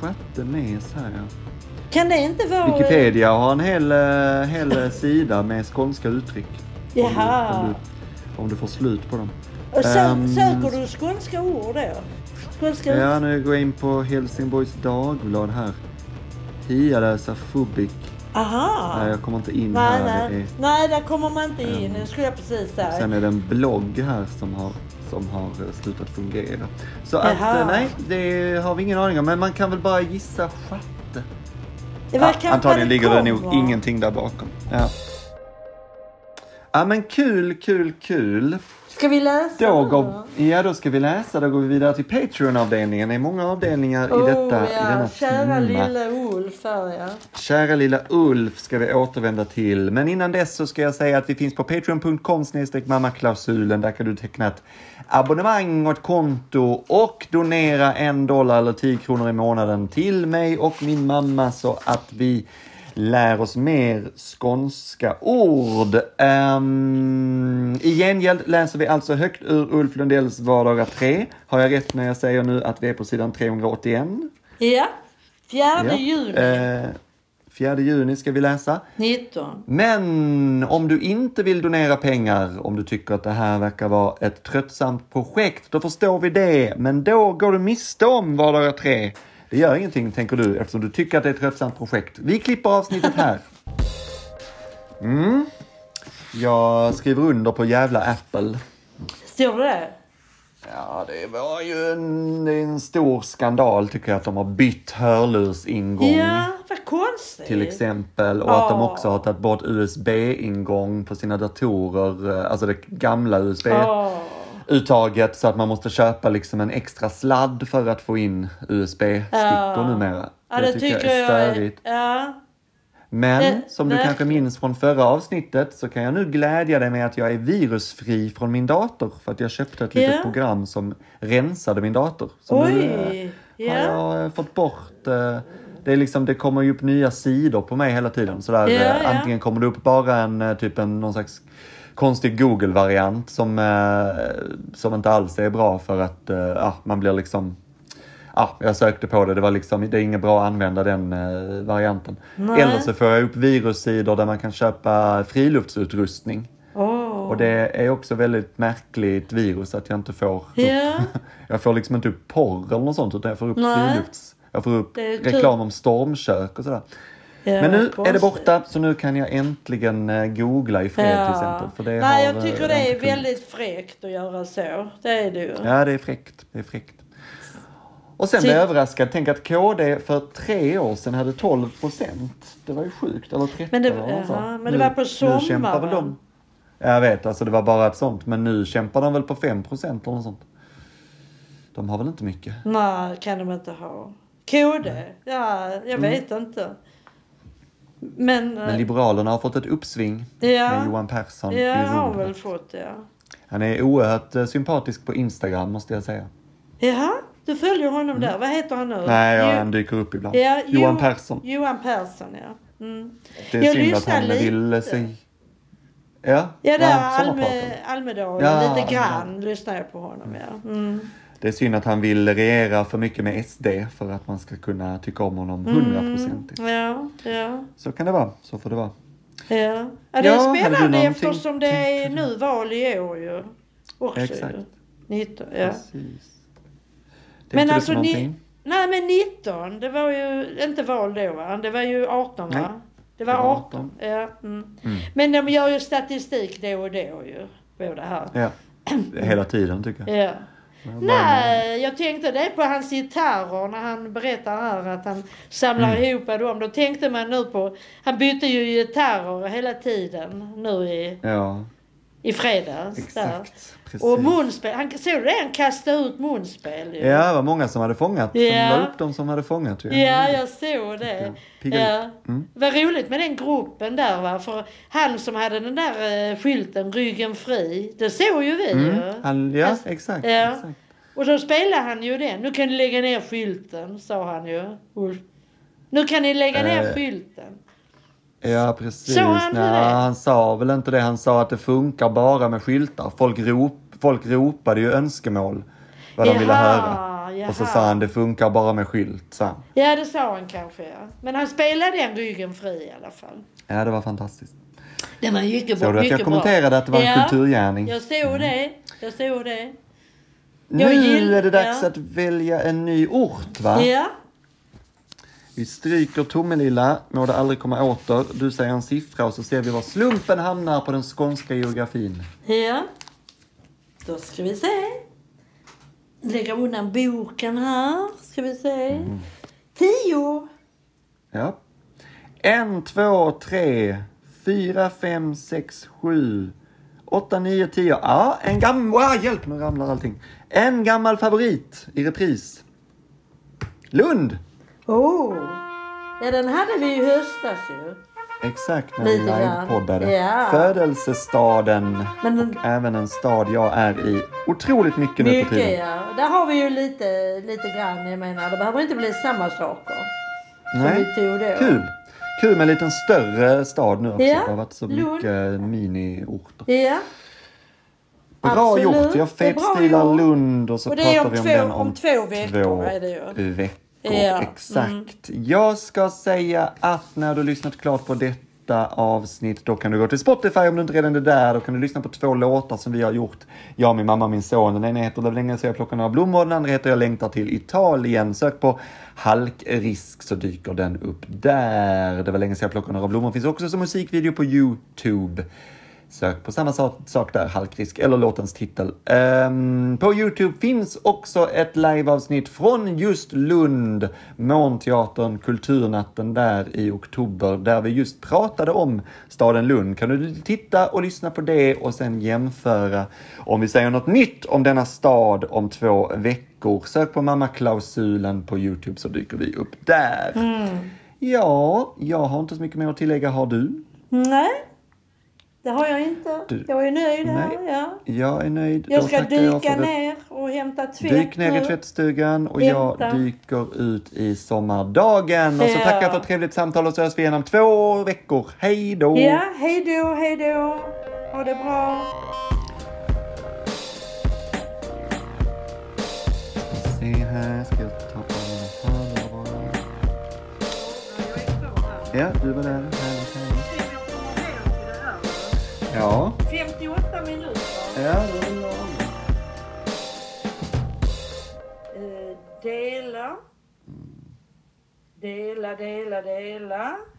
Schatte mes här, ja. Kan det inte vara... Wikipedia har en hel, eh, hel sida med skånska uttryck. Jaha. Om du, om du, om du får slut på dem. Och sö- Ehm, söker du skånska ord då? Skånska Ja, nu går jag in på Helsingborgs Dagblad här. Hialösa Fubik. Aha! Nej, jag kommer inte in nej, här. Det nej. är, Ehm. nej, där kommer man inte in. Det skulle jag precis säga. sen är det en blogg här som har, som har eh, slutat fungera. Så att, Jaha. eh, nej, det har vi ingen aning om. Men man kan väl bara gissa schatte. Det Ja, var kanske antagligen ligger det nog kommer. ingenting där bakom. Ja. ja, men kul, kul, kul. Ska vi läsa Då nu går, då? ja, då ska vi läsa. Då går vi vidare till Patreon-avdelningen. Det är många avdelningar i, detta, oh, i denna ja. Kära timma. lilla Ulf här ja. Kära lilla Ulf ska vi återvända till. Men innan dess så ska jag säga att vi finns på patreon.com snedstreck mammaklausulen. Där kan du teckna ett abonnemang och ett konto och donera en dollar eller 10 kronor i månaden till mig och min mamma så att vi lär oss mer skånska ord. Um, I gengäld läser vi alltså högt ur Ulf Lundells vardagar 3. Har jag rätt när jag säger nu att vi är på sidan 381? Ja. Fjärde Ja. juni Eh, 4 juni ska vi läsa. 19. Men om du inte vill donera pengar, om du tycker att det här verkar vara ett tröttsamt projekt, då förstår vi det. Men då går du miste om vardagar 3. Det gör ingenting, tänker du, eftersom du tycker att det är ett tröttsamt projekt. Vi klipper avsnittet här. Mm. Jag skriver under på jävla Apple. Står det det? Ja, det var ju en, det är en stor skandal tycker jag att de har bytt hörlursingång Ja, vad konstigt. till exempel. Och att de Ah. också har tagit bort USB-ingång på sina datorer, eh, alltså det Ah. gamla Ja. USB-uttaget. Så att man måste köpa liksom en extra sladd för att få in USB-stickor Ja. numera. Ah. Ja, det, tycker, jag är störigt. Ja. Men Det- som du det- kanske minns från förra avsnittet så kan jag nu glädja dig med att jag är virusfri från min dator. För att jag köpte ett litet Ja. program som rensade min dator. Så nu Oj. eh, har Ja. jag eh, fått bort... eh, Det, är liksom, det kommer ju upp nya sidor på mig hela tiden. Sådär, Ja, eh, ja. Antingen kommer det upp bara en eh, typ en, någon slags konstig Google-variant som, eh, som inte alls är bra för att eh, ja, man blir liksom Ja, jag sökte på det. Det var liksom, det är inget bra att använda den eh, varianten. Nej. Eller så får jag upp virussidor där man kan köpa friluftsutrustning. Åh. Och det är också väldigt märkligt virus att jag inte får upp, Ja. jag får liksom inte upp porr eller något sånt utan jag får upp Nej. frilufts, jag får upp Det är typ- tur. reklam om stormkök och sådär. Ja, Men nu vad är det konstigt. borta så nu kan jag äntligen eh, googla i fred till exempel. För det Nej, har, jag eh, tycker jag det inte är kunnat. väldigt fräckt att göra så. Det är det ju. Ja, det är fräckt. Det är fräckt. Och sen blev jag överraskad. Tänk att KD för tre år sedan hade 12 procent. Det var ju sjukt. Eller 13 Men det- eller något sånt. jaha, men det var på Nu kämpar väl de. sommaren. Jag vet, alltså det var bara ett sånt. Men nu kämpar de väl på 5 procent eller något sånt. De har väl inte mycket? Nej, kan de inte ha. KD? Ja, Mm. jag vet inte. Men, Men eh, Liberalerna har fått ett uppsving Ja. med Johan Persson ja, i har rodret. väl fått det. Han är oerhört eh, sympatisk på Instagram måste jag säga. Jaha, du följer honom där. Vad heter han nu? Mm. Nej, ja, Jo- han dyker upp ibland. ja, Jo- Johan Persson. Johan Persson, ja. Mm. Det är jag synd att lyssnar han lite. ville sig... Ja, Ja, där nej, såna pratar vi. Alme, Almedalen. Ja, lite grann Almedalen. lyssnar jag på honom, ja. Mm. Det är synd att han vill regera för mycket med SD för att man ska kunna tycka om honom Mm. hundraprocentigt. Ja, ja, Så kan det vara, så får det vara. ja. ja det Ja, hade är du spännande någonting eftersom det är nu val i år ju. Också Exakt. ju. 19, ja. Precis. Tänkte Men du på alltså ni, någonting? Nej men 19, det var ju inte val då va? Det var ju 18 Nej, va? Det var det var 18. Ja, mm. Men de gör ju statistik då och då ju. Båda här. Ja, hela tiden tycker jag. Ja. Men bara- Nej, jag tänkte det på hans gitarrer när han berättar här att han samlar Mm. ihop dem. Då tänkte man nu på, han bytte ju gitarrer hela tiden nu i, Ja, i fredags. Där. exakt. Precis. Och munspel, han, såg du det? Han kastade ut munspel ju. Ja, det var många som hade fångat. Ja. De la upp de som hade fångat ju. Ja, jag såg det. Pigga Ja. upp. Mm. Vad roligt med den gruppen där va. För han som hade den där eh, skylten, ryggen fri, det såg ju vi Mm. ju. Han, ja, Fast- exakt. Alltså, ja. exakt. Och då spelade han ju den. Nu kan ni lägga ner skylten, sa han ju. Ulf. Nu kan ni lägga ner Eh. skylten. Ja, precis. Så han Nej, det? han sa väl inte det. Han sa att det funkar bara med skyltar. Folk, rop, folk ropade ju önskemål vad de ville Jaha, höra. Och så jaha. sa han det funkar bara med skylt. sa han. Ja, det sa han kanske ja. Men han spelade den ryggen fri i alla fall. Ja, det var fantastiskt. Den var mycket bra. Såg du att mycket jag kommenterade bra. att det var en ja, kulturgärning? Mm. Jag såg det. Jag såg det. Nu jag gill- är det dags ja. att välja en ny ort, va? Ja. Vi stryker Tomelilla, må det aldrig komma åter. Du säger en siffra och så ser vi var slumpen hamnar på den skånska geografin. Ja. Då ska vi se. Lägga undan boken här. Ska vi se. Tio. Ja. En, två, tre, fyra, fem, sex, sju, åtta, nio, tio. Ja, en gammal... Wow, hjälp, nu ramlar allting. En gammal favorit i repris. Lund! Oh. Ja, den hade vi i höstas ju. Exakt, när vi Lite grann. livepoddade. Ja. Födelsestaden Men den- och även en stad jag är i otroligt mycket nu för Mycket tiden. ja. Där har vi ju lite, lite grann. Jag menar, det behöver inte bli samma saker. Nej, vi tog då. kul! Kul med en liten större stad nu också. Ja, Det har varit så Lund. mycket miniorter. Ja. Bra Absolut, gjort! Jag det är bra fetstilar gjort. Lund och så Och det är pratar om vi om två- den om två veckor är det ju. veckor, Ja, Mm. exakt. Jag ska säga att när du har lyssnat klart på detta avsnitt då kan du gå till Spotify om du inte redan är där. Då kan du lyssna på två låtar som vi har gjort. Jag, min mamma och min son. Den ena heter Lev länge så jag plockar några blommor. Den andra heter Jag längtar till Italien. Sök på halkrisk så dyker den upp där. Det var länge så jag plockar några blommor. Finns också som musikvideo på Youtube. Sök på samma sak, sak där, Halkrisk, eller låtens titel. Ehm, på Youtube finns också ett liveavsnitt från just Lund, Månteatern, Kulturnatten där i oktober, där vi just pratade om staden Lund. Kan du titta och lyssna på det och sen jämföra om vi säger något nytt om denna stad om två veckor. Sök på Mamma Klausulen på Youtube så dyker vi upp där. Ja, jag har inte så mycket mer att tillägga. Har du? Nej. Det har jag inte. Du- Jag är nöjd Nej. här. Ja. Jag är nöjd. Jag Då ska tackar dyka för alltså det. ner och hämta tvätt Dyk ner nu. i tvättstugan och jag Hämta. dyker ut i sommardagen. Och så Ja. tackar jag för ett trevligt samtal och så hörs vi igen om två veckor. Hej då! Ja, hej då, hej då. Ha det bra. Se här, ska jag ta på den här hörlurarna. Ja, du var där. Härligt, härligt. Ja, 58 minuter. ja, det var lagom. dela. Dela, dela, dela.